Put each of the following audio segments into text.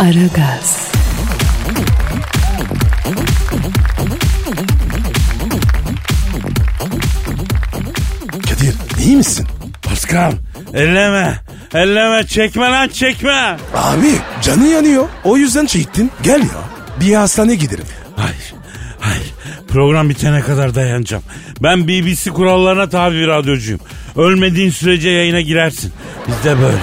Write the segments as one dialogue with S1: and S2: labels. S1: Aragaz,
S2: Kadir iyi misin?
S3: Paskal. Elleme. Elleme. Çekme lan çekme.
S2: Abi canın yanıyor. O yüzden çektin. Gel ya. Bir hastaneye gidelim.
S3: Hayır. Hayır. Program bitene kadar dayanacağım. Ben BBC kurallarına tabi bir radyocuyum. Ölmediğin sürece yayına girersin. Bizde böyle.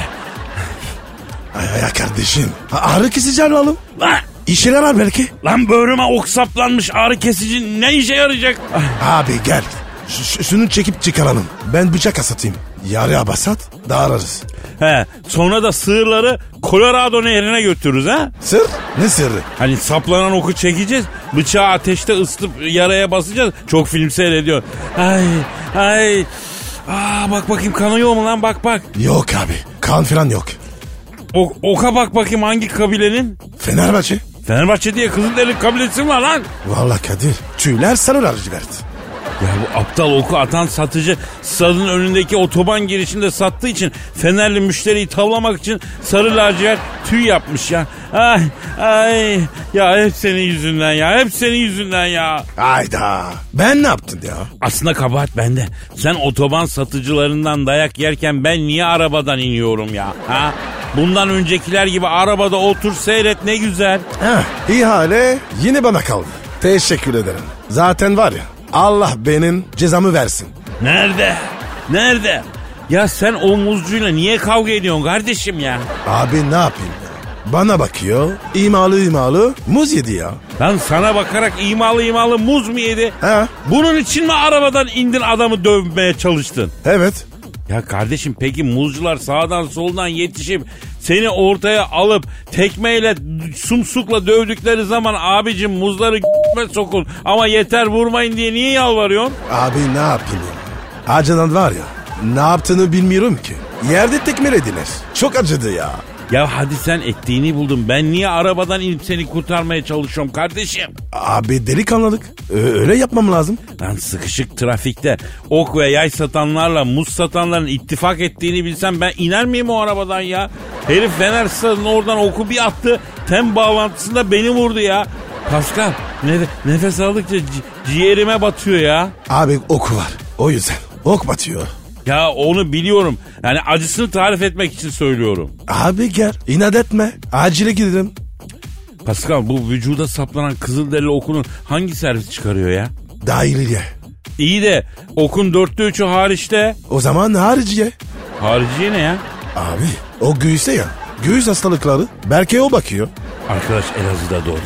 S2: Ay ay ay kardeşim. A- Ağrı kesici alalım.
S3: Lan,
S2: İşe yarar belki.
S3: lan böğrüme ok saplanmış ağrı kesici ne işe yarayacak? Ah,
S2: Abi gel. Ş- ş- şunu çekip çıkaralım. Ben bıçak asatayım. Yarıya basat dağılırız.
S3: He, sonra da sığırları Colorado nehrine götürürüz ha.
S2: Sır? Ne sırrı?
S3: Hani saplanan oku çekeceğiz. Bıçağı ateşte ısıtıp yaraya basacağız. Çok filmsel ediyor. Ay ay. Aa bak bakayım kanıyor mu lan bak bak.
S2: Yok abi. Kan falan yok.
S3: O, oka bak bakayım hangi kabilenin?
S2: Fenerbahçe.
S3: Fenerbahçe diye Kızılderili kabilesi mi var lan?
S2: Vallahi Kadir. Tüyler sarı verdi.
S3: Ya bu aptal oku atan satıcı stadın önündeki otoban girişinde sattığı için Fenerli müşteriyi tavlamak için sarı lacivert tüy yapmış ya. Ay ay ya hep senin yüzünden ya hep senin yüzünden ya.
S2: Ayda. Ben ne yaptın ya?
S3: Aslında kabahat bende. Sen otoban satıcılarından dayak yerken ben niye arabadan iniyorum ya? Ha? Bundan öncekiler gibi arabada otur seyret ne güzel.
S2: Heh, ihale yine bana kaldı. Teşekkür ederim. Zaten var ya Allah benim cezamı versin.
S3: Nerede? Nerede? Ya sen o muzcuyla niye kavga ediyorsun kardeşim ya?
S2: Abi ne yapayım ya? Bana bakıyor imalı imalı muz yedi ya.
S3: Lan sana bakarak imalı imalı muz mu yedi?
S2: He
S3: Bunun için mi arabadan indin adamı dövmeye çalıştın?
S2: evet
S3: Ya kardeşim peki muzcular sağdan soldan yetişip seni ortaya alıp tekmeyle sumsukla dövdükleri zaman abicim muzları g**me sokun ama yeter vurmayın diye niye yalvarıyorsun?
S2: abi ne yapayım ya? Acıdan var ya ne yaptığını bilmiyorum ki. Yerde tekmelediler. Çok acıdı ya.
S3: Ya hadi sen ettiğini buldun ben niye arabadan inip seni kurtarmaya çalışıyorum kardeşim?
S2: Abi delikanlılık. Ö- öyle yapmam lazım.
S3: Lan sıkışık trafikte ok ve yay satanlarla muz satanların ittifak ettiğini bilsem ben iner miyim o arabadan ya? Herif Fener stadının oradan oku bir attı. Tem bağlantısında beni vurdu ya. Pascal nef- nefes aldıkça ci- ciğerime batıyor ya.
S2: Abi oku var. O yüzden ok batıyor.
S3: Ya onu biliyorum. Yani acısını tarif etmek için söylüyorum.
S2: Abi gel inat etme. Acile gidelim.
S3: Pascal bu vücuda saplanan kızılderili okunun hangi servis çıkarıyor ya?
S2: Dahiliye.
S3: İyi de okun dörtte üçü hariçte.
S2: O zaman hariciye.
S3: Harici ne ya?
S2: Abi o göğüse ya. Göğüs hastalıkları. Belki o bakıyor.
S3: Arkadaş Elazığ'da doğdum.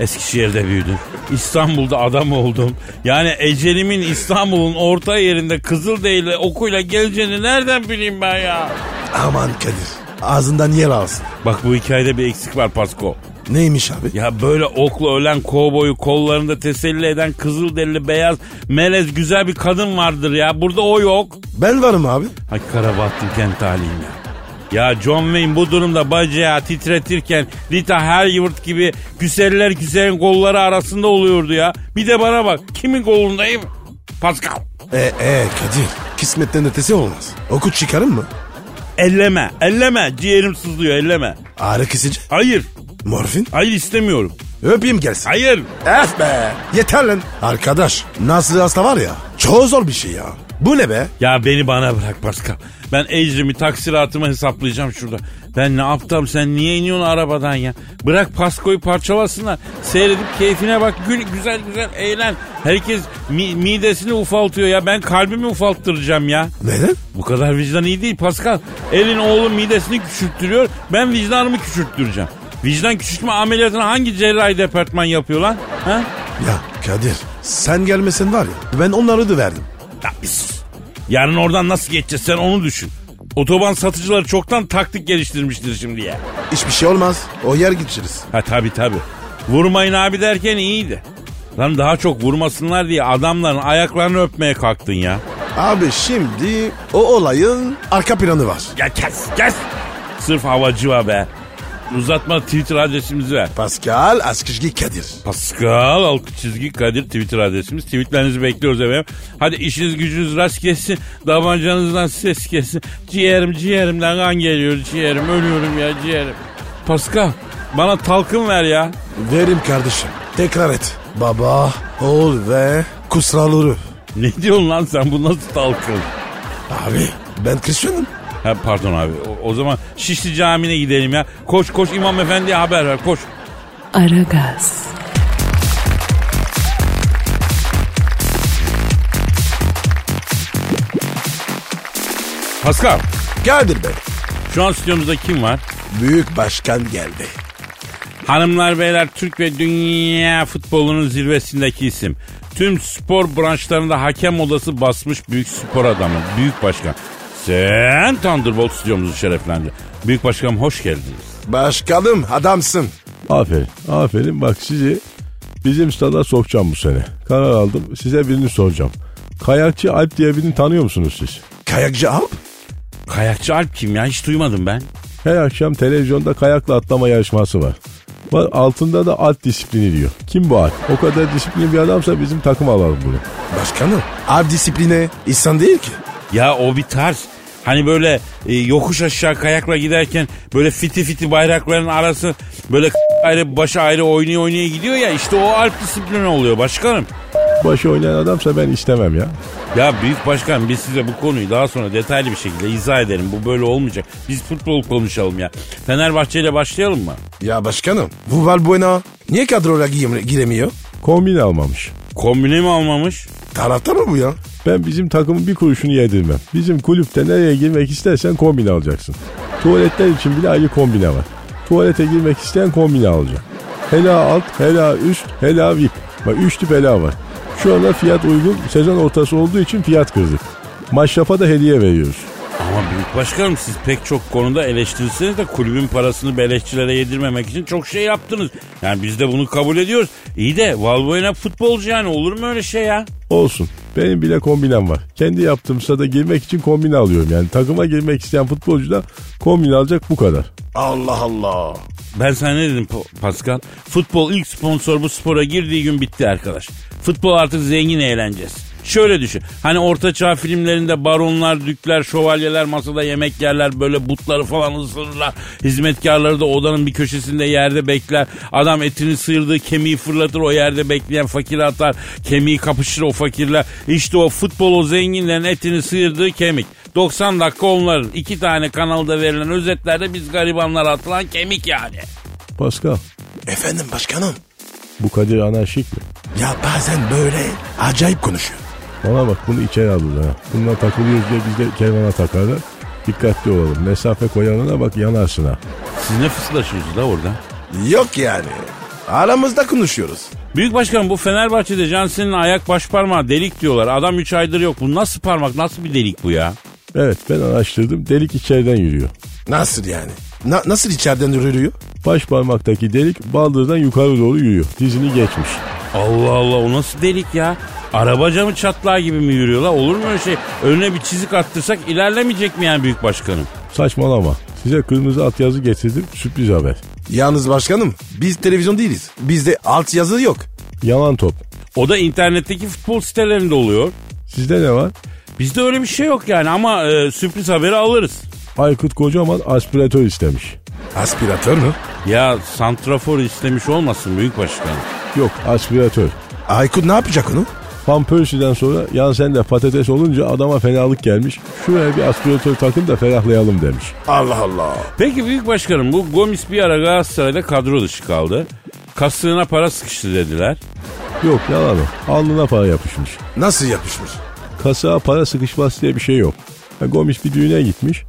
S3: Eskişehir'de büyüdüm. İstanbul'da adam oldum. Yani ecelimin İstanbul'un orta yerinde Kızılderili okuyla geleceğini nereden bileyim ben ya?
S2: Aman Kadir. Ağzından yer alsın.
S3: Bak bu hikayede bir eksik var Pasko.
S2: Neymiş abi?
S3: Ya böyle okla ölen kovboyu kollarında teselli eden Kızılderili beyaz melez güzel bir kadın vardır ya. Burada o yok.
S2: Ben varım abi.
S3: Ay Karabahtın kent haliyim ya. Ya John Wayne bu durumda bacağı titretirken Rita Hayworth gibi güzeller güzelin kolları arasında oluyordu ya. Bir de bana bak kimin kolundayım? Pascal.
S2: E e Kadir. Kismetten ötesi olmaz. Okut çıkarır mı?
S3: Elleme, elleme. Ciğerim sızlıyor, elleme.
S2: Ağrı kesici.
S3: Hayır,
S2: Morfin.
S3: hayır istemiyorum.
S2: Öpeyim gelsin.
S3: Hayır.
S2: Ef be. Yeter lan. Arkadaş. Nasıl hasta var ya. Çok zor bir şey ya. Bu ne be?
S3: Ya beni bana bırak Pascal. Ben ecrimi taksiratımı hesaplayacağım şurada. Ben ne yaptım sen niye iniyorsun arabadan ya? Bırak Pasko'yu parçalasınlar. Seyredip keyfine bak gül güzel güzel eğlen. Herkes mi- midesini ufaltıyor ya ben kalbimi ufalttıracağım ya.
S2: Neden?
S3: Bu kadar vicdan iyi değil Pascal. Elin oğlu midesini küçülttürüyor ben vicdanımı küçülttüreceğim. Vicdan küçültme ameliyatını hangi cerrahi departman yapıyor lan? Ha?
S2: Ya Kadir. Sen gelmesen var ya. Ben onları da verdim.
S3: Ya bir sus. Yarın oradan nasıl geçeceğiz sen onu düşün. Otoban satıcıları çoktan taktik geliştirmiştir şimdiye.
S2: Hiçbir şey olmaz. O yer geçiriz.
S3: Ha tabi tabi. Vurmayın abi derken iyiydi. Lan daha çok vurmasınlar diye adamların ayaklarını öpmeye kalktın ya.
S2: Abi şimdi o olayın arka planı var.
S3: Ya kes kes. Sırf havacıva be. Uzatma Twitter adresimizi ver.
S2: Pascal Askışgi Kadir.
S3: Pascal alt çizgi Kadir Twitter adresimiz. Tweetlerinizi bekliyoruz efendim. Hadi işiniz gücünüz rast gelsin. Davancanızdan ses gelsin. Ciğerim ciğerimden kan geliyor ciğerim. Ölüyorum ya ciğerim. Pascal bana talkın ver ya.
S2: Verim kardeşim. Tekrar et. Baba, oğul ve kusraları.
S3: Ne diyorsun lan sen bu nasıl talkın?
S2: Abi ben Christian'ım.
S3: Ha, pardon abi o, o zaman Şişli Camii'ne gidelim ya. Koş koş İmam Efendi'ye haber ver koş.
S1: Aragaz,
S3: Pascal
S2: Kadir Bey.
S3: şu an stüdyomuzda kim var?
S2: Büyük başkan geldi.
S3: Hanımlar beyler Türk ve dünya futbolunun zirvesindeki isim. Tüm spor branşlarında hakem odası basmış büyük spor adamı, büyük başkan. Sen Thunderbolt stüdyomuzu şereflendi. Büyük başkanım hoş geldiniz.
S2: Başkanım adamsın.
S4: Aferin. Aferin. Bak sizi bizim stada sokacağım bu sene. Karar aldım. Size birini soracağım. Kayakçı Alp diye birini tanıyor musunuz siz?
S2: Kayakçı Alp.
S3: Kayakçı Alp kim ya hiç duymadım ben.
S4: Her akşam televizyonda kayakla atlama yarışması var. Var altında da alt disiplini diyor. Kim bu alt? O kadar disiplinli bir adamsa bizim takım alalım bunu.
S2: Başkanım. Alp disipline insan değil ki.
S3: Ya o bir tarz. Hani böyle e, yokuş aşağı kayakla giderken böyle fiti fiti bayrakların arası böyle ayrı başı ayrı oynaya oynaya gidiyor ya işte o Alp disiplini oluyor başkanım.
S4: Başı oynayan adamsa ben istemem ya.
S3: Ya Büyük Başkan biz size bu konuyu daha sonra detaylı bir şekilde izah edelim. Bu böyle olmayacak. Biz futbol konuşalım ya. Fenerbahçe ile başlayalım mı?
S2: Ya başkanım. Bu Valbuena niye kadroya gire- giremiyor?
S4: Kombin almamış.
S3: Kombine mi almamış?
S2: Taraftar mı bu ya?
S4: Ben bizim takımın bir kuruşunu yedirmem. Bizim kulüpte nereye girmek istersen kombine alacaksın. Tuvaletler için bile ayrı kombine var. Tuvalete girmek isteyen kombine alacak. Hela alt, hela üst, hela VIP. Bak üç tip hela var. Şu anda fiyat uygun. Sezon ortası olduğu için fiyat kırdık. Maşrafa da hediye veriyoruz.
S3: Ama Büyük Başkanım siz pek çok konuda eleştirseniz de kulübün parasını beleşçilere yedirmemek için çok şey yaptınız. Yani biz de bunu kabul ediyoruz. İyi de Valbuena futbolcu yani olur mu öyle şey ya?
S4: Olsun. Benim bile kombinem var. Kendi yaptığım stada girmek için kombine alıyorum. Yani takıma girmek isteyen futbolcu da kombine alacak bu kadar.
S2: Allah Allah.
S3: Ben sana ne dedim Pa- Pascal? Futbol ilk sponsor bu spora girdiği gün bitti arkadaş. Futbol artık zengin eğlencesi. Şöyle düşün. Hani ortaçağ filmlerinde baronlar, dükler, şövalyeler masada yemek yerler. Böyle butları falan ısırırlar. Hizmetkarları da odanın bir köşesinde yerde bekler. Adam etini sıyırdığı kemiği fırlatır. O yerde bekleyen fakiri atar. Kemiği kapışır o fakirler. İşte o futbol o zenginlerin etini sıyırdığı kemik. 90 dakika onların. iki tane kanalda verilen özetlerde biz garibanlara atılan kemik yani.
S4: Pascal,
S2: Efendim başkanım.
S4: bu Kadir anarşik mi?
S2: Ya bazen böyle acayip konuşuyor.
S4: Bana bak bunu içeri aldılar ha. Bununla takılıyoruz diye biz de kervana takarlar. Dikkatli olalım. Mesafe koyanına bak yanarsın ha.
S3: Siz ne fısıldaşıyorsunuz la orada?
S2: Yok yani. Aramızda konuşuyoruz.
S3: Büyük başkan bu Fenerbahçe'de Cansin'in ayak baş parmağı delik diyorlar. Adam 3 aydır yok. Bu nasıl parmak nasıl bir delik bu ya?
S4: Evet ben araştırdım. Delik içeriden yürüyor.
S2: Nasıl yani? Na- nasıl içeriden yürüyor?
S4: Baş parmaktaki delik baldırdan yukarı doğru yürüyor. Dizini geçmiş.
S3: Allah Allah o nasıl delik ya? Araba camı çatlağı gibi mi yürüyor la? Olur mu öyle şey? Önüne bir çizik attırsak ilerlemeyecek mi yani büyük başkanım?
S4: Saçmalama. Size kırmızı at yazı getirdim. Sürpriz haber.
S2: Yalnız başkanım biz televizyon değiliz. Bizde alt yazı yok.
S4: Yalan top.
S3: O da internetteki futbol sitelerinde oluyor.
S4: Sizde ne var?
S3: Bizde öyle bir şey yok yani ama e, sürpriz haberi alırız.
S4: Aykut Kocaman aspiratör istemiş.
S2: Aspiratör mü?
S3: Ya santrafor istemiş olmasın büyük başkanım.
S4: Yok aspiratör.
S2: Aykut ne yapacak onu?
S4: Van Persie'den sonra yan sen de patates olunca adama fenalık gelmiş. Şuraya bir aspiratör takın da ferahlayalım demiş.
S2: Allah Allah.
S3: Peki büyük başkanım bu Gomis bir ara Galatasaray'da kadro dışı kaldı. Kastığına para sıkıştı dediler.
S4: Yok yalan o. Alnına para yapışmış.
S2: Nasıl yapışmış?
S4: Kasaya para sıkışması diye bir şey yok. Ya Gomis bir düğüne gitmiş.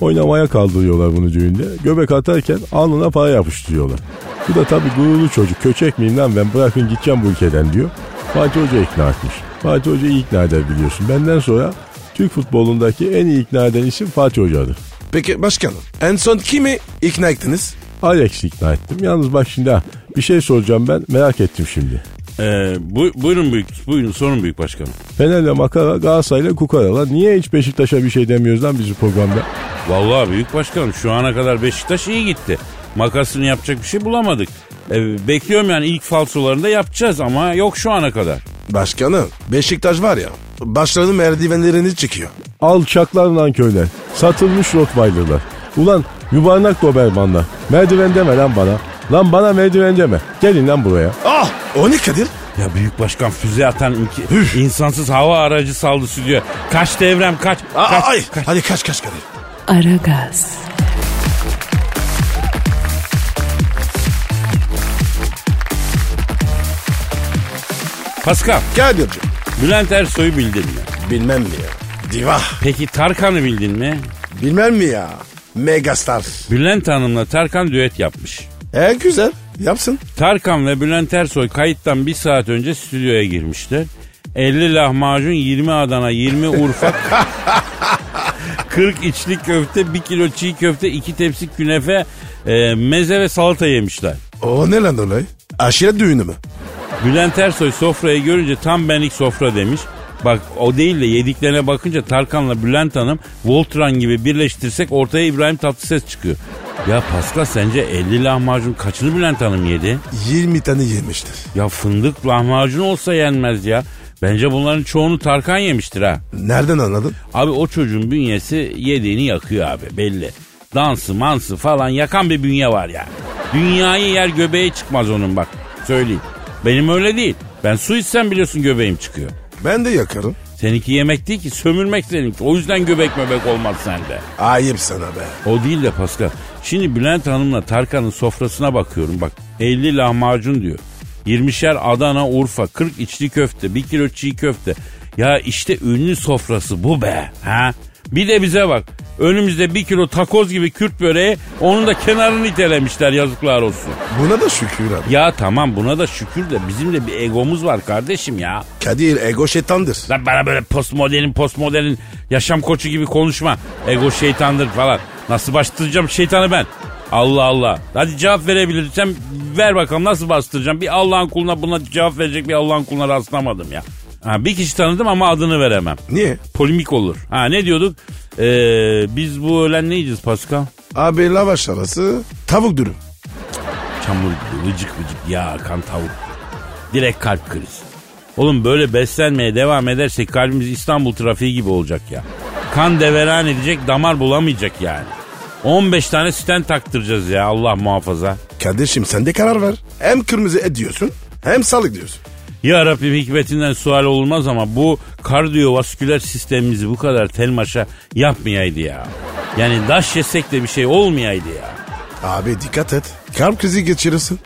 S4: Oynamaya kaldırıyorlar bunu düğünde. Göbek atarken alnına para yapıştırıyorlar. Bu da tabii gururlu çocuk. Köçek miyim lan ben bırakın gideceğim bu ülkeden diyor. Fatih Hoca ikna etmiş. Fatih Hoca iyi ikna eder biliyorsun. Benden sonra Türk futbolundaki en iyi ikna eden isim Fatih Hoca'dır.
S2: Peki başkanım en son kimi ikna ettiniz?
S4: Alex ikna ettim. Yalnız bak şimdi ha, bir şey soracağım ben merak ettim şimdi.
S3: Ee, bu- buyurun büyük, buyurun sorun büyük başkanım.
S4: Fener'le makara, Galatasaray'la kukara. Lan niye hiç Beşiktaş'a bir şey demiyoruz lan biz bu programda?
S3: Vallahi büyük başkanım şu ana kadar Beşiktaş iyi gitti. Makasını yapacak bir şey bulamadık. Ee, bekliyorum yani ilk falsolarını da yapacağız ama yok şu ana kadar.
S2: Başkanım Beşiktaş var ya başlarının merdivenlerini çekiyor.
S4: Alçaklar lan köyler. Satılmış Rottweiler'lar. Ulan yuvarlak Dobermanlar. Merdiven deme lan bana. Lan bana merdiven deme. Gelin lan buraya.
S2: Ah o ne Kadir?
S3: Ya büyük başkan füze atan inki- insansız hava aracı saldı stüdyo. Kaç devrem kaç.
S2: Aa,
S3: kaç,
S2: ay.
S3: kaç.
S2: Hadi kaç kaç Kadir.
S1: Aragaz,
S3: Pascal,
S2: Kadir'cim.
S3: Bülent Ersoy'u bildin mi?
S2: Bilmem mi ya? Diva.
S3: Peki Tarkan'ı bildin mi?
S2: Bilmem mi ya? Megastar.
S3: Bülent Hanım'la Tarkan düet yapmış.
S2: E güzel. Yapsın.
S3: Tarkan ve Bülent Ersoy kayıttan bir saat önce stüdyoya girmişler. 50 lahmacun, 20 Adana, 20 Urfa, 40 içli köfte, 1 kilo çiğ köfte, 2 tepsi künefe, e, meze ve salata yemişler.
S2: O ne lan olay? Aşiret düğünü mü?
S3: Bülent Ersoy sofrayı görünce tam benlik sofra demiş. Bak o değil de yediklerine bakınca Tarkan'la Bülent Hanım Voltran gibi birleştirsek ortaya İbrahim Tatlıses çıkıyor. Ya Pascal sence 50 lahmacun kaçını Bülent Hanım yedi?
S2: 20 tane yemiştir.
S3: Ya fındık lahmacun olsa yenmez ya. Bence bunların çoğunu Tarkan yemiştir ha.
S2: Nereden anladın?
S3: Abi o çocuğun bünyesi yediğini yakıyor abi belli. Dansı mansı falan yakan bir bünye var ya. Dünyayı yer göbeğe çıkmaz onun bak söyleyeyim. Benim öyle değil. Ben su içsem biliyorsun göbeğim çıkıyor.
S2: Ben de yakarım.
S3: Seninki yemek değil ki sömürmek seninki. O yüzden göbek möbek olmaz sende.
S2: Ayıp sana be.
S3: O değil de Pascal. Şimdi Bülent Hanım'la Tarkan'ın sofrasına bakıyorum bak. 50 lahmacun diyor. 20'şer Adana, Urfa, 40 içli köfte, 1 kilo çiğ köfte. Ya işte ünlü sofrası bu be. Ha? Bir de bize bak. Önümüzde 1 kilo takoz gibi Kürt böreği onun da kenarını itelemişler yazıklar olsun.
S2: Buna da şükür abi.
S3: Ya tamam buna da şükür de bizim de bir egomuz var kardeşim ya.
S2: Kadir ego şeytandır.
S3: Lan bana böyle postmodern'in postmodern'in yaşam koçu gibi konuşma. Ego şeytandır falan. Nasıl bastıracağım şeytanı ben? Allah Allah. Hadi cevap verebilirsen ver bakalım nasıl bastıracağım? Bir Allah'ın kuluna buna cevap verecek bir Allah'ın kuluna rastlamadım ya. Ha, bir kişi tanıdım ama adını veremem.
S2: Niye?
S3: Polemik olur. Ha ne diyorduk? Ee, biz bu öğlen ne yiyeceğiz Pascal?
S2: Abi lavaş arası tavuk dürüm.
S3: Çamur gibi vıcık vıcık yağ akan tavuk. Direkt kalp krizi. Oğlum böyle beslenmeye devam edersek kalbimiz İstanbul trafiği gibi olacak ya. Kan deveran edecek damar bulamayacak yani. 15 tane stent taktıracağız ya Allah muhafaza.
S2: Kardeşim sen de karar ver. Hem kırmızı et diyorsun hem sağlık diyorsun.
S3: Ya Rabbim hikmetinden sual olmaz ama bu kardiyovasküler sistemimizi bu kadar telmaşa yapmayaydı ya. Yani daş yesek de bir şey olmayaydı ya.
S2: Abi dikkat et. Kalp krizi geçirirsin.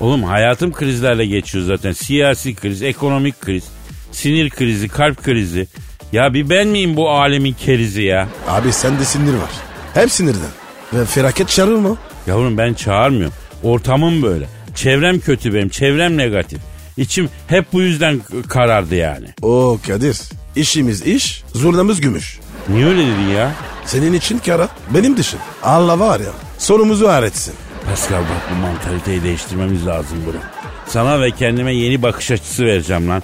S3: Oğlum hayatım krizlerle geçiyor zaten. Siyasi kriz, ekonomik kriz, sinir krizi, kalp krizi. Ya bir ben miyim bu alemin kerizi ya?
S2: Abi sende sinir var. Hem sinirden. Ve felaket çağırır mı?
S3: Yavrum ben çağırmıyorum. Ortamım böyle. Çevrem kötü benim, çevrem negatif. İçim hep bu yüzden k- karardı yani.
S2: Oo Kadir. İşimiz iş, zurnamız gümüş.
S3: Niye öyle dedin ya?
S2: Senin için kara, benim dışım. Allah var ya, sorumuzu öğretsin.
S3: Pascal bak bu mantaliteyi değiştirmemiz lazım bunu. Sana ve kendime yeni bakış açısı vereceğim lan.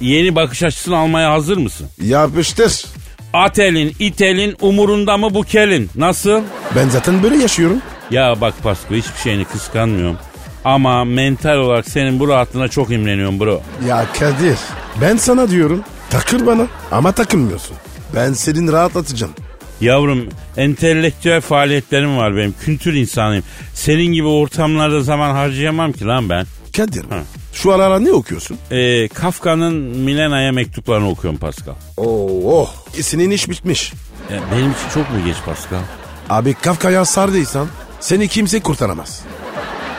S3: Yeni bakış açısını almaya hazır mısın?
S2: Yapıştır.
S3: Atelin, itelin, umurunda mı bu kelin? Nasıl?
S2: Ben zaten böyle yaşıyorum.
S3: Ya bak Pasko hiçbir şeyini kıskanmıyorum. Ama mental olarak senin bu rahatlığına çok imreniyorum bro.
S2: Ya Kadir, ben sana diyorum, takır bana ama takılmıyorsun. Ben senin rahatlatacağım.
S3: Yavrum entelektüel faaliyetlerim var benim. Kültür insanıyım. Senin gibi ortamlarda zaman harcayamam ki lan ben.
S2: Kadir, şu aralar ne okuyorsun?
S3: Ee, Kafka'nın Milena'ya mektuplarını okuyorum Pascal.
S2: Oo, oh. senin iş bitmiş.
S3: Ya benim için çok mu geç Pascal?
S2: Abi Kafka'ya sardıysan seni kimse kurtaramaz.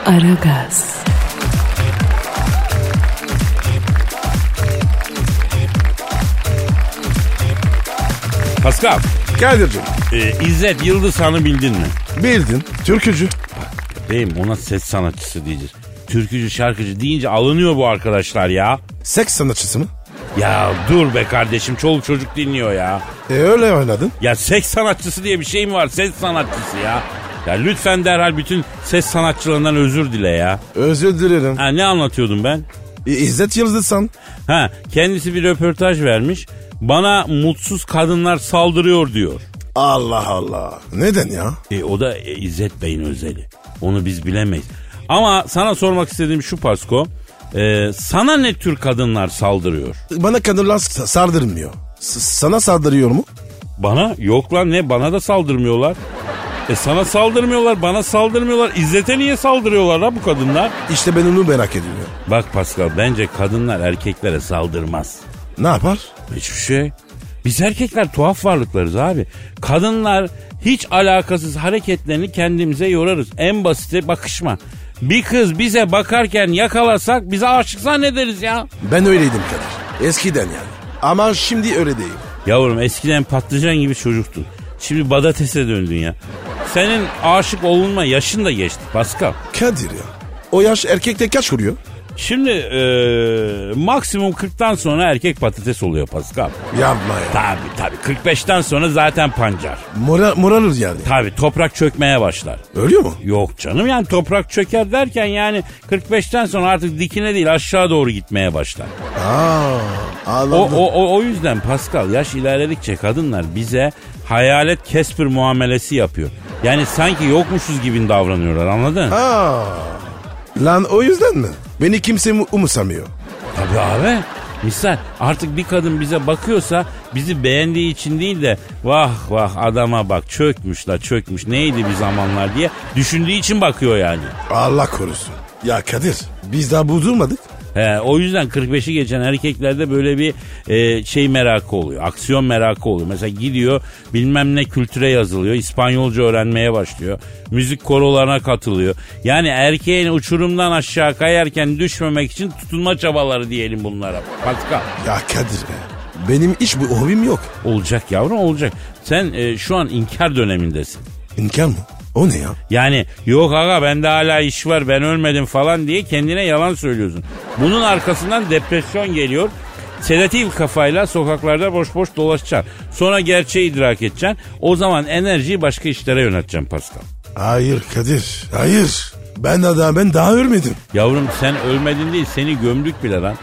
S1: Aragaz,
S3: Pascal,
S2: Kadir'cim,
S3: e, İzzet Yıldız Han'ı bildin mi?
S2: bildin, türkücü.
S3: Beyim ona ses sanatçısı diyeceğiz. Türkücü şarkıcı deyince alınıyor bu arkadaşlar ya.
S2: Seks sanatçısı mı?
S3: Ya dur be kardeşim çoluk çocuk dinliyor ya.
S2: E öyle oynadın.
S3: Ya ses sanatçısı diye bir şey mi var ses sanatçısı ya. Ya lütfen derhal bütün ses sanatçılarından özür dile ya.
S2: Özür dilerim.
S3: Ha ne anlatıyordum ben?
S2: İ- İzzet Yıldızsan.
S3: Ha kendisi bir röportaj vermiş. Bana mutsuz kadınlar saldırıyor diyor.
S2: Allah Allah. Neden ya?
S3: E, o da e, İzzet Bey'in özeli. Onu biz bilemeyiz. Ama sana sormak istediğim şu Pasko. E, sana ne tür kadınlar saldırıyor?
S2: Bana kadınlar sa- sardırmıyor. S- sana sardırıyor mu?
S3: Bana? Yok lan ne bana da saldırmıyorlar. E sana saldırmıyorlar, bana saldırmıyorlar. İzzet'e niye saldırıyorlar lan bu kadınlar?
S2: İşte ben onu merak ediyorum.
S3: Bak Pascal bence kadınlar erkeklere saldırmaz.
S2: Ne yapar?
S3: Hiçbir şey. Biz erkekler tuhaf varlıklarız abi. Kadınlar hiç alakasız hareketlerini kendimize yorarız. En basiti bakışma. Bir kız bize bakarken yakalasak bize aşık zannederiz ya.
S2: Ben öyleydim kadar. Eskiden yani. Ama şimdi öyle değil.
S3: Yavrum eskiden patlıcan gibi çocuktun. Şimdi badatese döndün ya. Senin aşık olunma yaşın da geçti Pascal.
S2: Kadir ya. O yaş erkekte kaç vuruyor?
S3: Şimdi eee, maksimum 40'tan sonra erkek patates oluyor Pascal.
S2: Yapma ya.
S3: Tabi tabi 45'ten sonra zaten pancar.
S2: Moral, moralır yani.
S3: Tabi toprak çökmeye başlar.
S2: Ölüyor mu?
S3: Yok canım yani toprak çöker derken yani 45'ten sonra artık dikine değil aşağı doğru gitmeye başlar.
S2: Aa,
S3: O,
S2: anladım.
S3: o, o, o yüzden Pascal yaş ilerledikçe kadınlar bize hayalet kesper muamelesi yapıyor. Yani sanki yokmuşuz gibi davranıyorlar anladın?
S2: Aa, lan o yüzden mi? Beni kimse mu- umursamıyor.
S3: Tabii abi. Misal artık bir kadın bize bakıyorsa bizi beğendiği için değil de vah vah adama bak çökmüş la çökmüş neydi bir zamanlar diye düşündüğü için bakıyor yani.
S2: Allah korusun. Ya Kadir biz daha bozulmadık.
S3: He, o yüzden 45'i geçen erkeklerde böyle bir e, şey merakı oluyor. Aksiyon merakı oluyor. Mesela gidiyor bilmem ne kültüre yazılıyor. İspanyolca öğrenmeye başlıyor. Müzik korolarına katılıyor. Yani erkeğin uçurumdan aşağı kayarken düşmemek için tutunma çabaları diyelim bunlara. Pascal.
S2: Ya Kadir be. Benim hiç bu hobim yok.
S3: Olacak yavrum olacak. Sen e, şu an inkar dönemindesin.
S2: İmkan mı? O ne ya?
S3: Yani yok aga bende hala iş var ben ölmedim falan diye kendine yalan söylüyorsun. Bunun arkasından depresyon geliyor. Sedatif kafayla sokaklarda boş boş dolaşacaksın. Sonra gerçeği idrak edeceksin. O zaman enerjiyi başka işlere yöneteceksin Pascal.
S2: Hayır Kadir. Hayır. Ben daha ben daha ölmedim.
S3: Yavrum sen ölmedin değil seni gömdük bile lan.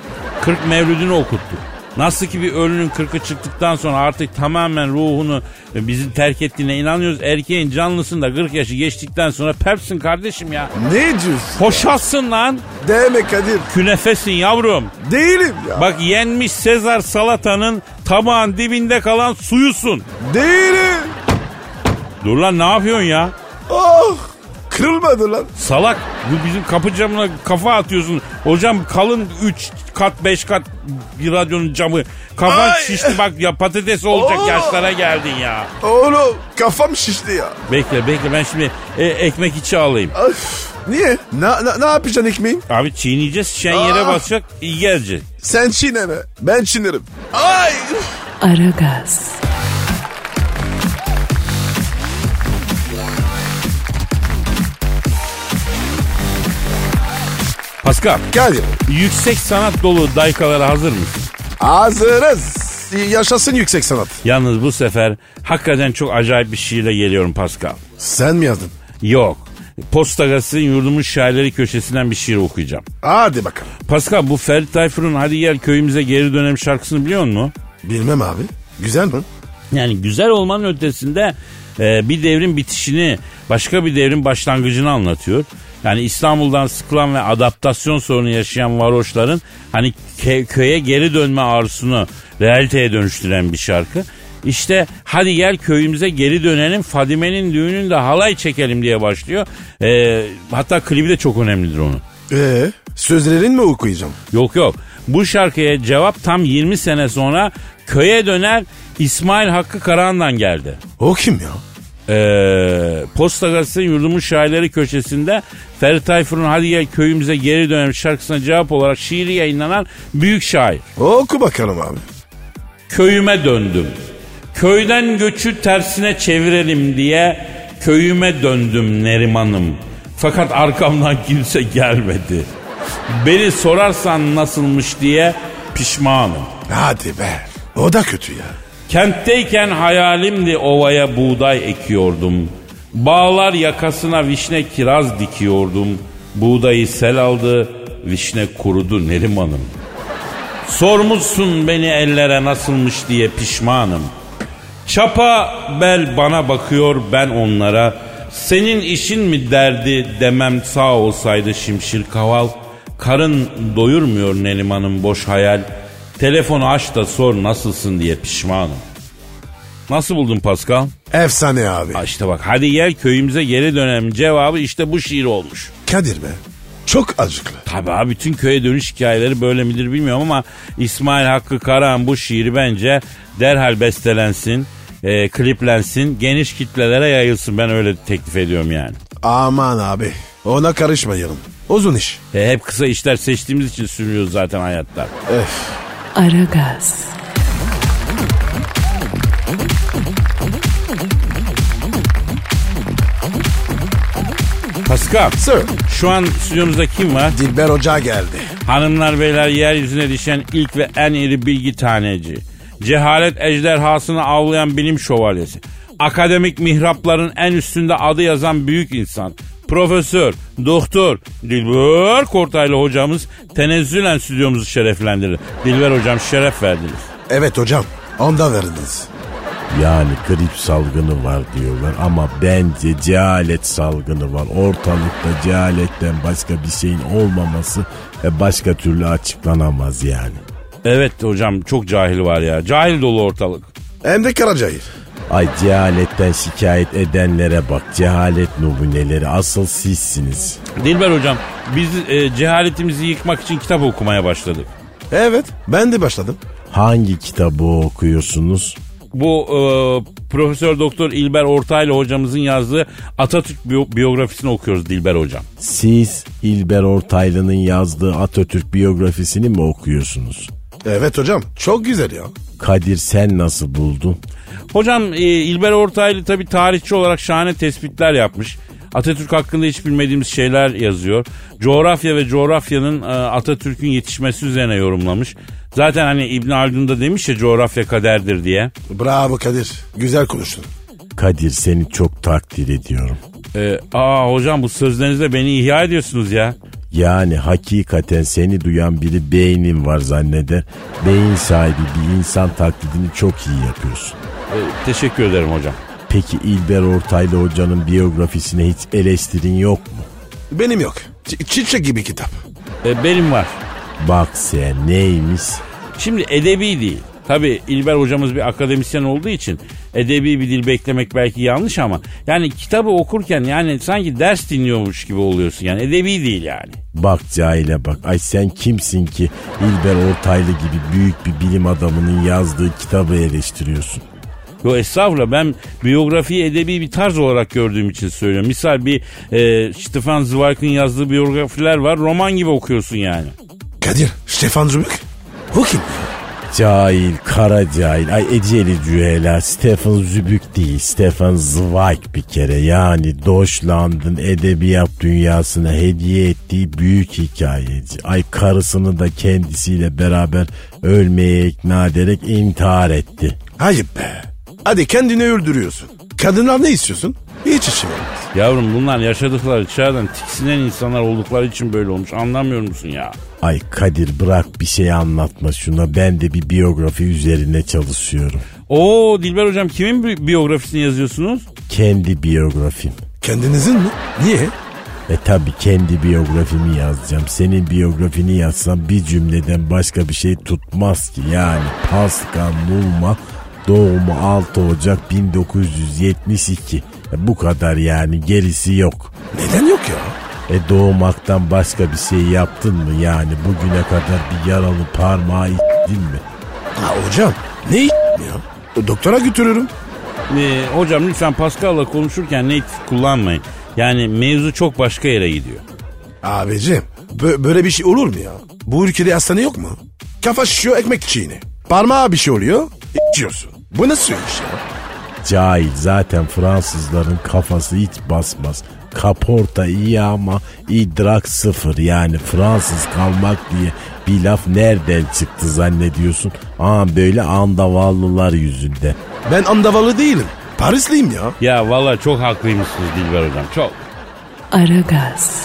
S3: 40 mevlüdünü okuttuk. Nasıl ki bir ölünün 40'ı çıktıktan sonra artık tamamen ruhunu e, bizi terk ettiğine inanıyoruz. Erkeğin canlısında 40 yaşı geçtikten sonra pepsin kardeşim ya.
S2: Ne diyorsun?
S3: Hoşatsın lan.
S2: Deme Kadir.
S3: Künefesin yavrum.
S2: Değilim ya.
S3: Bak yenmiş Sezar salatanın tabağın dibinde kalan suyusun.
S2: Değilim.
S3: Dur lan ne yapıyorsun ya?
S2: Oh. Kırılmadı lan.
S3: Salak bu bizim kapı camına kafa atıyorsun. Hocam kalın 3 kat 5 kat bir radyonun camı. Kafan
S2: Ay.
S3: şişti bak ya patates olacak
S2: Oo.
S3: yaşlara geldin ya.
S2: Oğlum kafam şişti ya.
S3: Bekle bekle ben şimdi e, ekmek içi alayım.
S2: Öf. Niye? Ne, ne, ne yapacaksın ekmeğim?
S3: Abi çiğneyeceğiz şen yere
S2: Aa.
S3: basacak iyi gelecek.
S2: Sen çiğneme. Ben çiğnerim. Ay. üf.
S1: Aragaz,
S3: Pascal
S2: Kadir.
S3: yüksek sanat dolu daykalara hazır mısın?
S2: Hazırız. Yaşasın yüksek sanat.
S3: Yalnız bu sefer hakikaten çok acayip bir şiirle geliyorum Pascal.
S2: Sen mi yazdın?
S3: Yok. Posta Gazetesi'nin yurdumun şairleri köşesinden bir şiir okuyacağım.
S2: Hadi bakalım.
S3: Pascal bu Ferit Tayfur'un Hadi Gel Köyümüze Geri Dönelim şarkısını biliyor musun?
S2: Bilmem abi. Güzel mi?
S3: Yani güzel olmanın ötesinde e, bir devrin bitişini başka bir devrin başlangıcını anlatıyor. Yani İstanbul'dan sıkılan ve adaptasyon sorunu yaşayan varoşların hani ke- köye geri dönme arzusunu realiteye dönüştüren bir şarkı. İşte hadi gel köyümüze geri dönelim Fadime'nin düğününde halay çekelim diye başlıyor. E, hatta klibi de çok önemlidir onun.
S2: Ee, sözlerin mi okuyacağım?
S3: Yok yok. Bu şarkıya cevap tam 20 sene sonra köye döner İsmail Hakkı Karahan'dan geldi.
S2: O kim ya?
S3: Ee, Posta Gazetesi Yurdumun Şairleri köşesinde Ferit Tayfur'un Hadi Gel Köyümüze Geri Dönelim şarkısına cevap olarak şiiri yayınlanan büyük şair.
S2: Oku bakalım abi.
S3: Köyüme döndüm. Köyden göçü tersine çevirelim diye köyüme döndüm Neriman'ım. Fakat arkamdan kimse gelmedi. Beni sorarsan nasılmış diye pişmanım.
S2: Hadi be. O da kötü ya.
S3: Kentteyken hayalimdi ovaya buğday ekiyordum. Bağlar yakasına vişne kiraz dikiyordum. Buğdayı sel aldı, vişne kurudu Neriman'ım. Sormuşsun beni ellere nasılmış diye pişmanım. Çapa bel bana bakıyor ben onlara. Senin işin mi derdi demem sağ olsaydı şimşir kaval. Karın doyurmuyor Neriman'ın boş hayal. Telefonu aç da sor nasılsın diye pişmanım. Nasıl buldun Pascal?
S2: Efsane abi.
S3: Ha işte bak hadi gel köyümüze geri dönelim cevabı işte bu şiir olmuş.
S2: Kadir be. Çok acıklı.
S3: Tabii abi bütün köye dönüş hikayeleri böyle midir bilmiyorum ama İsmail Hakkı Karahan bu şiiri bence derhal bestelensin, e, kliplensin, geniş kitlelere yayılsın. Ben öyle teklif ediyorum yani.
S2: Aman abi. Ona karışmayalım. Uzun iş.
S3: E, hep kısa işler seçtiğimiz için sürüyor zaten hayatta.
S2: Öf.
S1: Aragaz,
S3: Pascal,
S2: Sir.
S3: şu an stüdyomuzda kim var?
S2: Dilber Hoca geldi.
S3: Hanımlar beyler yeryüzüne düşen ilk ve en iri bilgi taneci. Cehalet ejderhasını avlayan bilim şövalyesi. Akademik mihrapların en üstünde adı yazan büyük insan. Profesör, doktor Dilber Kortaylı hocamız tenezzülen stüdyomuzu şereflendirir. Dilber hocam şeref verdiniz.
S2: Evet hocam. Onda veriniz.
S4: Yani grip salgını var diyorlar ama bence cehalet salgını var. Ortalıkta cehaletten başka bir şeyin olmaması e, başka türlü açıklanamaz yani.
S3: Evet hocam çok cahil var ya. Cahil dolu ortalık.
S2: Hem de Karacahil.
S4: Ay cehaletten şikayet edenlere bak. Cehalet numuneleri asıl sizsiniz.
S3: Dilber hocam biz e, cehaletimizi yıkmak için kitap okumaya başladık.
S2: Evet. Ben de başladım.
S4: Hangi kitabı okuyorsunuz?
S3: Bu e, Profesör Doktor İlber Ortaylı hocamızın yazdığı Atatürk biyo- biyografisini okuyoruz Dilber hocam.
S4: Siz İlber Ortaylı'nın yazdığı Atatürk biyografisini mi okuyorsunuz?
S2: Evet hocam. Çok güzel ya.
S4: Kadir sen nasıl buldun?
S3: Hocam e, İlber Ortaylı tabi tarihçi olarak şahane tespitler yapmış. Atatürk hakkında hiç bilmediğimiz şeyler yazıyor. Coğrafya ve coğrafyanın e, Atatürk'ün yetişmesi üzerine yorumlamış. Zaten hani İbn Haldun da demiş ya coğrafya kaderdir diye.
S2: Bravo Kadir. Güzel konuştun.
S4: Kadir seni çok takdir ediyorum.
S3: E, aa hocam bu sözlerinizle beni ihya ediyorsunuz ya.
S4: Yani hakikaten seni duyan biri beynin var zanneder. Beyin sahibi bir insan taklidini çok iyi yapıyorsun.
S3: E, teşekkür ederim hocam.
S4: Peki İlber Ortaylı hocanın biyografisine hiç eleştirin yok mu?
S2: Benim yok. Ç- çiçek gibi kitap.
S3: E, benim var.
S4: Bak sen neymiş?
S3: Şimdi edebi değil. Tabi İlber hocamız bir akademisyen olduğu için edebi bir dil beklemek belki yanlış ama yani kitabı okurken yani sanki ders dinliyormuş gibi oluyorsun yani edebi değil yani.
S4: Bak cahile bak. Ay sen kimsin ki İlber Ortaylı gibi büyük bir bilim adamının yazdığı kitabı eleştiriyorsun?
S3: Yo estağfurullah ben biyografiyi edebi bir tarz olarak gördüğüm için söylüyorum. Misal bir e, Stefan Zweig'in yazdığı biyografiler var roman gibi okuyorsun yani.
S2: Kadir. Stefan Zubik. O kim?
S4: Cahil, kara cahil. Ay Eceli Cühela, Stefan Zübük değil, Stefan Zweig bir kere. Yani Doşland'ın edebiyat dünyasına hediye ettiği büyük hikayeci. Ay karısını da kendisiyle beraber ölmeye ikna ederek intihar etti.
S2: Ayıp be. Hadi kendini öldürüyorsun. Kadınlar ne istiyorsun? Hiç işim olmaz.
S3: Yavrum bunlar yaşadıkları çağdan tiksinen insanlar oldukları için böyle olmuş anlamıyor musun ya?
S4: Ay Kadir bırak bir şey anlatma şuna. Ben de bir biyografi üzerine çalışıyorum.
S3: Oo Dilber hocam kimin bi- biyografisini yazıyorsunuz?
S4: Kendi biyografim.
S2: Kendinizin mi? Niye?
S4: E tabi kendi biyografimi yazacağım. Senin biyografini yazsam bir cümleden başka bir şey tutmaz ki. Yani Pascal Numa doğumu 6 Ocak 1972. E bu kadar yani gerisi yok.
S2: Neden yok ya?
S4: E doğmaktan başka bir şey yaptın mı yani bugüne kadar bir yaralı parmağı ittin mi?
S2: Ha hocam ne ya? Doktora götürürüm.
S3: Ee, hocam lütfen Pascal'la konuşurken native kullanmayın. Yani mevzu çok başka yere gidiyor.
S2: Abicim bö- böyle bir şey olur mu ya? Bu ülkede hastane yok mu? Kafa şişiyor ekmek çiğni. Parmağa bir şey oluyor. içiyorsun. Bu nasıl iş ya?
S4: Cahil zaten Fransızların kafası hiç basmaz. Kaporta iyi ama idrak sıfır yani Fransız kalmak diye bir laf nereden çıktı zannediyorsun? Aa böyle andavallılar yüzünde.
S2: Ben andavalı değilim. Parisliyim ya.
S3: Ya valla çok haklıymışsınız Dilber Hocam çok.
S1: Aragaz,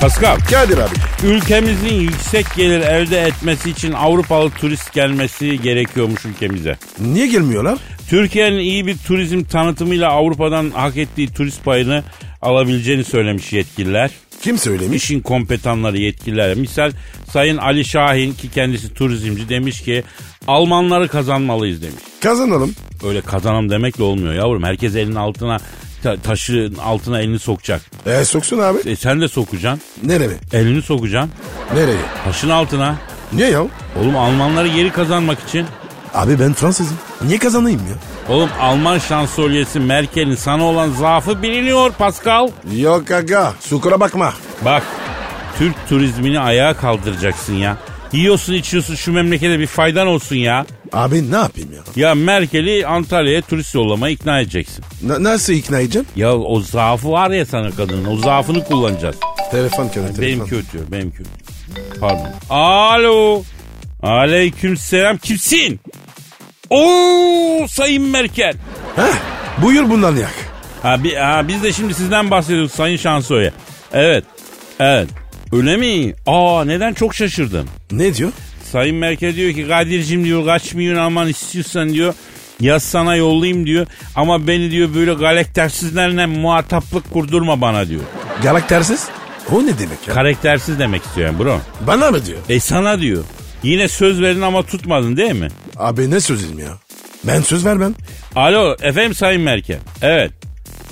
S3: Pascal
S2: Kadir abi.
S3: ülkemizin yüksek gelir elde etmesi için Avrupalı turist gelmesi gerekiyormuş ülkemize.
S2: Niye gelmiyorlar?
S3: Türkiye'nin iyi bir turizm tanıtımıyla Avrupa'dan hak ettiği turist payını alabileceğini söylemiş yetkililer.
S2: Kim söylemiş?
S3: İşin kompetanları yetkililer. Misal Sayın Ali Şahin ki kendisi turizmci demiş ki Almanları kazanmalıyız demiş.
S2: Kazanalım.
S3: Öyle kazanam demekle olmuyor yavrum. Herkes elinin altına ta- taşın altına elini sokacak.
S2: E soksun abi.
S3: E sen de sokacaksın.
S2: Nereye?
S3: Elini sokacaksın.
S2: Nereye?
S3: Taşın altına.
S2: Niye ya?
S3: Oğlum Almanları geri kazanmak için.
S2: Abi ben Fransızım. Niye kazanayım ya?
S3: Oğlum Alman şansölyesi Merkel'in sana olan zaafı biliniyor Pascal.
S2: Yok aga. Sukura bakma.
S3: Bak Türk turizmini ayağa kaldıracaksın ya. Yiyorsun içiyorsun şu memlekete bir faydan olsun ya.
S2: Abi ne yapayım ya?
S3: Ya Merkel'i Antalya'ya turist yollamaya ikna edeceksin.
S2: Na- nasıl ikna edeceğim?
S3: Ya o zaafı var ya sana kadının o zaafını kullanacağız.
S2: Telefon kere telefon.
S3: Benimki ötüyor benimki ötüyor. Pardon. Alo. Aleyküm selam kimsin? Oo Sayın Merkel.
S2: Heh, buyur bundan yak.
S3: Ha, bi- ha, biz de şimdi sizden bahsediyoruz Sayın Şansoy'a. Evet. Evet. Öyle mi? Aa neden çok şaşırdım.
S2: Ne diyor?
S3: Sayın Merkel diyor ki Kadir'cim diyor kaç milyon Alman istiyorsan diyor yaz sana yollayayım diyor. Ama beni diyor böyle galaktersizlerle muhataplık kurdurma bana diyor.
S2: Galaktersiz? O ne demek ya?
S3: Karaktersiz demek istiyor yani bro.
S2: Bana mı diyor?
S3: E sana diyor. Yine söz verdin ama tutmadın değil mi?
S2: Abi ne sözüm ya? Ben söz vermem.
S3: Alo efendim Sayın Merkel. Evet.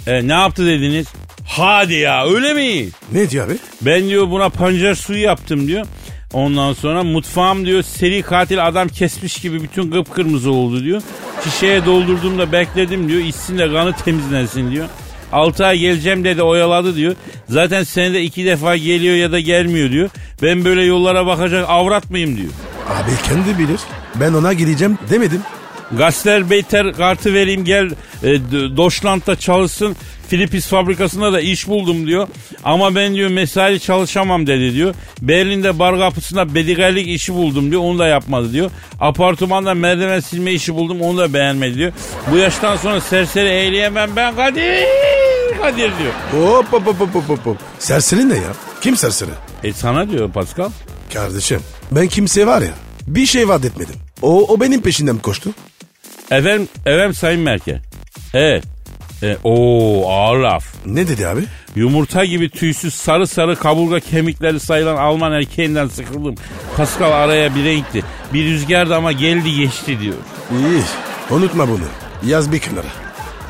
S3: E, ne yaptı dediniz? Hadi ya öyle mi?
S2: Ne diyor abi?
S3: Ben diyor buna pancar suyu yaptım diyor. Ondan sonra mutfağım diyor seri katil adam kesmiş gibi bütün kıpkırmızı oldu diyor. Şişeye doldurdum da bekledim diyor. İçsin de kanı temizlensin diyor. 6 ay geleceğim dedi oyaladı diyor. Zaten senede iki defa geliyor ya da gelmiyor diyor. Ben böyle yollara bakacak avrat mıyım diyor.
S2: Abi kendi bilir. Ben ona gideceğim demedim.
S3: Gaster Beyter kartı vereyim gel e, D- Doşlant'ta çalışsın. Filipis fabrikasında da iş buldum diyor. Ama ben diyor mesai çalışamam dedi diyor. Berlin'de bar kapısında bedigerlik işi buldum diyor. Onu da yapmadı diyor. Apartmanda merdiven silme işi buldum. Onu da beğenmedi diyor. Bu yaştan sonra serseri eğleyemem ben Kadir Kadir diyor.
S2: Hop hop hop hop hop, hop hop. Serseri ne ya? Kim serseri?
S3: E sana diyor Pascal.
S2: Kardeşim ben kimseye var ya bir şey vaat etmedim. O, o benim peşinden koştu.
S3: Efendim, efendim Sayın Merkel. Evet. E, oo ağır laf.
S2: Ne dedi abi?
S3: Yumurta gibi tüysüz sarı sarı kaburga kemikleri sayılan Alman erkeğinden sıkıldım. Pascal araya bir renkti. Bir rüzgardı ama geldi geçti diyor.
S2: İyi unutma bunu. Yaz bir kenara.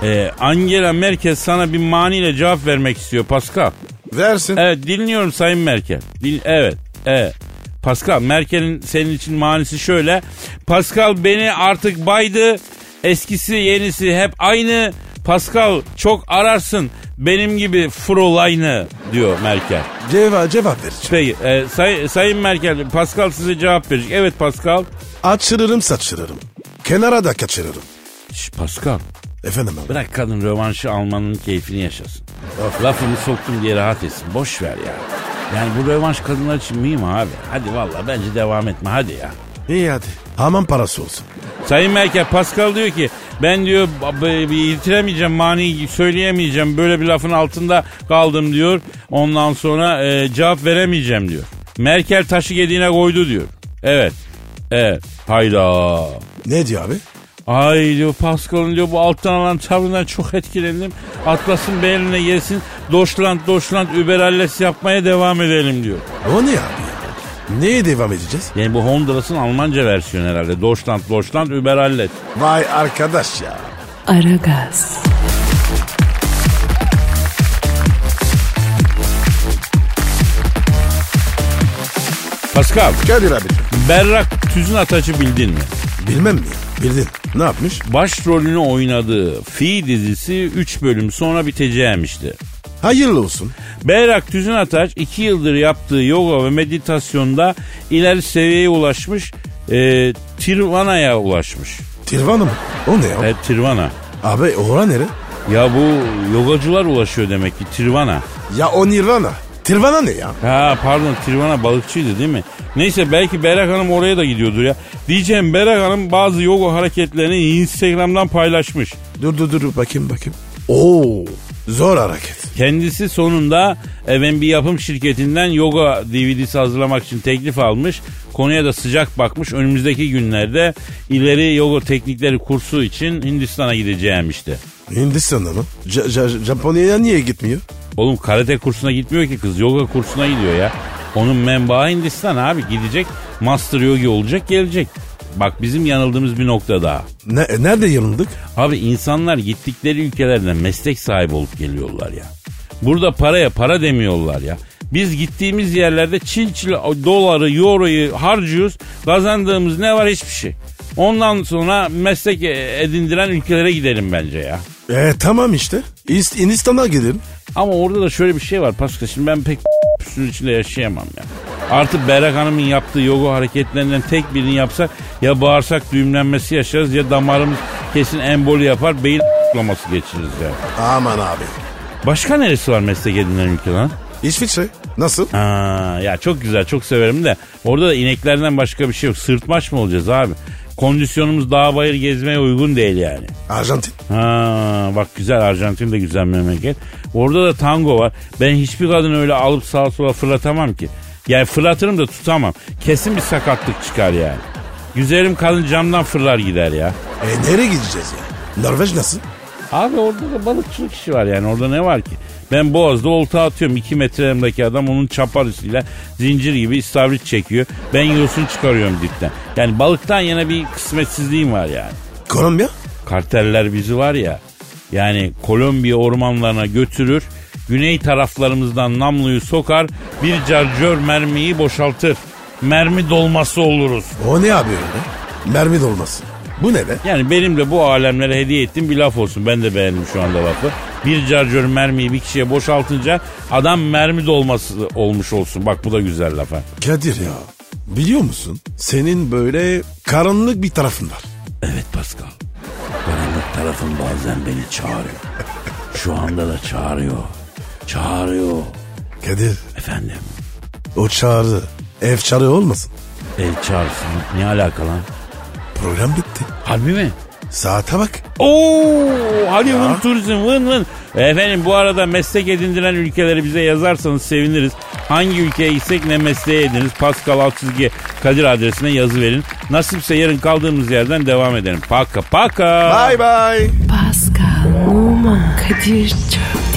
S3: Ee, Angela Merkel sana bir maniyle cevap vermek istiyor Pascal.
S2: Versin.
S3: Evet dinliyorum Sayın Merkel. Din- evet. Evet. Pascal Merkel'in senin için manisi şöyle. Pascal beni artık baydı. Eskisi yenisi hep aynı. Pascal çok ararsın benim gibi Fräulein'i diyor Merkel.
S2: Ceva, cevap vereceğim.
S3: Peki, e, say- Sayın Merkel, Pascal size cevap verecek. Evet Pascal.
S2: Açırırım saçırırım. Kenara da kaçırırım.
S3: Şş, Pascal,
S2: Efendim abi.
S3: bırak kadın rövanşı almanın keyfini yaşasın. Lafımı soktum diye rahat etsin. Boş ver ya. Yani bu rövanş kadınlar için miyim abi? Hadi valla bence devam etme hadi ya.
S2: İyi hadi. Aman parası olsun.
S3: Sayın Merkel Pascal diyor ki ben diyor b- b- yitiremeyeceğim mani söyleyemeyeceğim böyle bir lafın altında kaldım diyor. Ondan sonra e, cevap veremeyeceğim diyor. Merkel taşı gediğine koydu diyor. Evet. Evet. Hayda.
S2: Ne diyor abi?
S3: Ay diyor Pascal'ın diyor bu alttan alan tavrından çok etkilendim. Atlas'ın Berlin'e gelsin. Doşland Doşland Überalles yapmaya devam edelim diyor.
S2: O ne abi ya? Neye devam edeceğiz?
S3: Yani bu Honduras'ın Almanca versiyonu herhalde. Doşland Doşland Überalles.
S2: Vay arkadaş ya.
S1: Aragaz,
S3: Pascal,
S2: Kadir abi.
S3: Berrak Tüzün Ataç'ı bildin mi?
S2: Bilmem mi? ya? Bildin. Ne yapmış?
S3: Başrolünü oynadığı Fi dizisi 3 bölüm sonra biteceğimişti.
S2: Hayırlı olsun.
S3: Berrak Tüzün Ataç 2 yıldır yaptığı yoga ve meditasyonda ileri seviyeye ulaşmış. E, Tirvana'ya ulaşmış.
S2: Tirvana mı? O ne ya?
S3: E, Tirvana.
S2: Abi ora nere?
S3: Ya bu yogacılar ulaşıyor demek ki Tirvana.
S2: Ya o Nirvana. Tirvana ne ya?
S3: Ha pardon Tirvana balıkçıydı değil mi? Neyse belki Berrak Hanım oraya da gidiyordur ya. Diyeceğim Berrak Hanım bazı yoga hareketlerini Instagram'dan paylaşmış.
S2: Dur dur dur bakayım bakayım. Oo zor hareket.
S3: Kendisi sonunda efendim bir yapım şirketinden yoga DVD'si hazırlamak için teklif almış. Konuya da sıcak bakmış. Önümüzdeki günlerde ileri yoga teknikleri kursu için Hindistan'a gideceğim işte.
S2: Hindistan'a mı? Ja- Ja- Japonya'ya niye gitmiyor?
S3: Oğlum karate kursuna gitmiyor ki kız. Yoga kursuna gidiyor ya. Onun menbaı Hindistan abi. Gidecek master yogi olacak gelecek. Bak bizim yanıldığımız bir nokta daha.
S2: Ne, e, nerede yanıldık?
S3: Abi insanlar gittikleri ülkelerden meslek sahibi olup geliyorlar ya. Burada paraya para demiyorlar ya. Biz gittiğimiz yerlerde çil çil doları, euroyu harcıyoruz. Kazandığımız ne var hiçbir şey. Ondan sonra meslek edindiren ülkelere gidelim bence ya.
S2: E tamam işte. İst- Hindistan'a gidelim.
S3: Ama orada da şöyle bir şey var Pascal. Şimdi ben pek üstünün içinde yaşayamam ya. Artık Berrak Hanım'ın yaptığı yoga hareketlerinden tek birini yapsak ya bağırsak düğümlenmesi yaşarız ya damarımız kesin emboli yapar beyin laması geçiririz ya.
S2: Aman abi.
S3: Başka neresi var meslek edinen ülke lan?
S2: İsviçre. Nasıl?
S3: Ha, ya çok güzel çok severim de orada da ineklerden başka bir şey yok. Sırtmaç mı olacağız abi? Kondisyonumuz dağ bayır gezmeye uygun değil yani.
S2: Arjantin.
S3: Ha, bak güzel Arjantin de güzel memleket. Orada da tango var. Ben hiçbir kadını öyle alıp sağa sola fırlatamam ki. Yani fırlatırım da tutamam. Kesin bir sakatlık çıkar yani. Güzelim kadın camdan fırlar gider ya.
S2: E nereye gideceğiz ya? Norveç nasıl?
S3: Abi orada da balıkçılık işi var yani orada ne var ki? Ben boğazda olta atıyorum 2 metremdeki adam onun çapar üstüyle zincir gibi istavrit çekiyor. Ben yosun çıkarıyorum dipten. Yani balıktan yana bir kısmetsizliğim var yani.
S2: Kolombiya?
S3: Karteller bizi var ya yani Kolombiya ormanlarına götürür. Güney taraflarımızdan namluyu sokar bir carcör mermiyi boşaltır. Mermi dolması oluruz.
S2: O ne abi öyle? Mermi dolması. Bu ne be?
S3: Yani benim de bu alemlere hediye ettiğim bir laf olsun. Ben de beğendim şu anda lafı. Bir carcör mermiyi bir kişiye boşaltınca adam mermi dolması olmuş olsun. Bak bu da güzel laf. ha.
S2: Kadir ya. Biliyor musun? Senin böyle karanlık bir tarafın var.
S3: Evet Pascal. Karanlık tarafım bazen beni çağırıyor. Şu anda da çağırıyor. Çağırıyor.
S2: Kadir
S3: Efendim
S2: o çağrı ev çağrı olmasın.
S3: el çağırsın. Ne alaka lan?
S2: Program bitti.
S3: Harbi mi?
S2: Saate bak.
S3: Oo, hadi vın turizm vın vın. Efendim bu arada meslek edindiren ülkeleri bize yazarsanız seviniriz. Hangi ülkeye gitsek ne mesleğe ediniz? Pascal Altçizgi Kadir adresine yazı verin. Nasipse yarın kaldığımız yerden devam edelim. Paka paka.
S2: Bye bye.
S1: Pascal, Oman, Kadir çok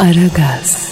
S1: Aragaz.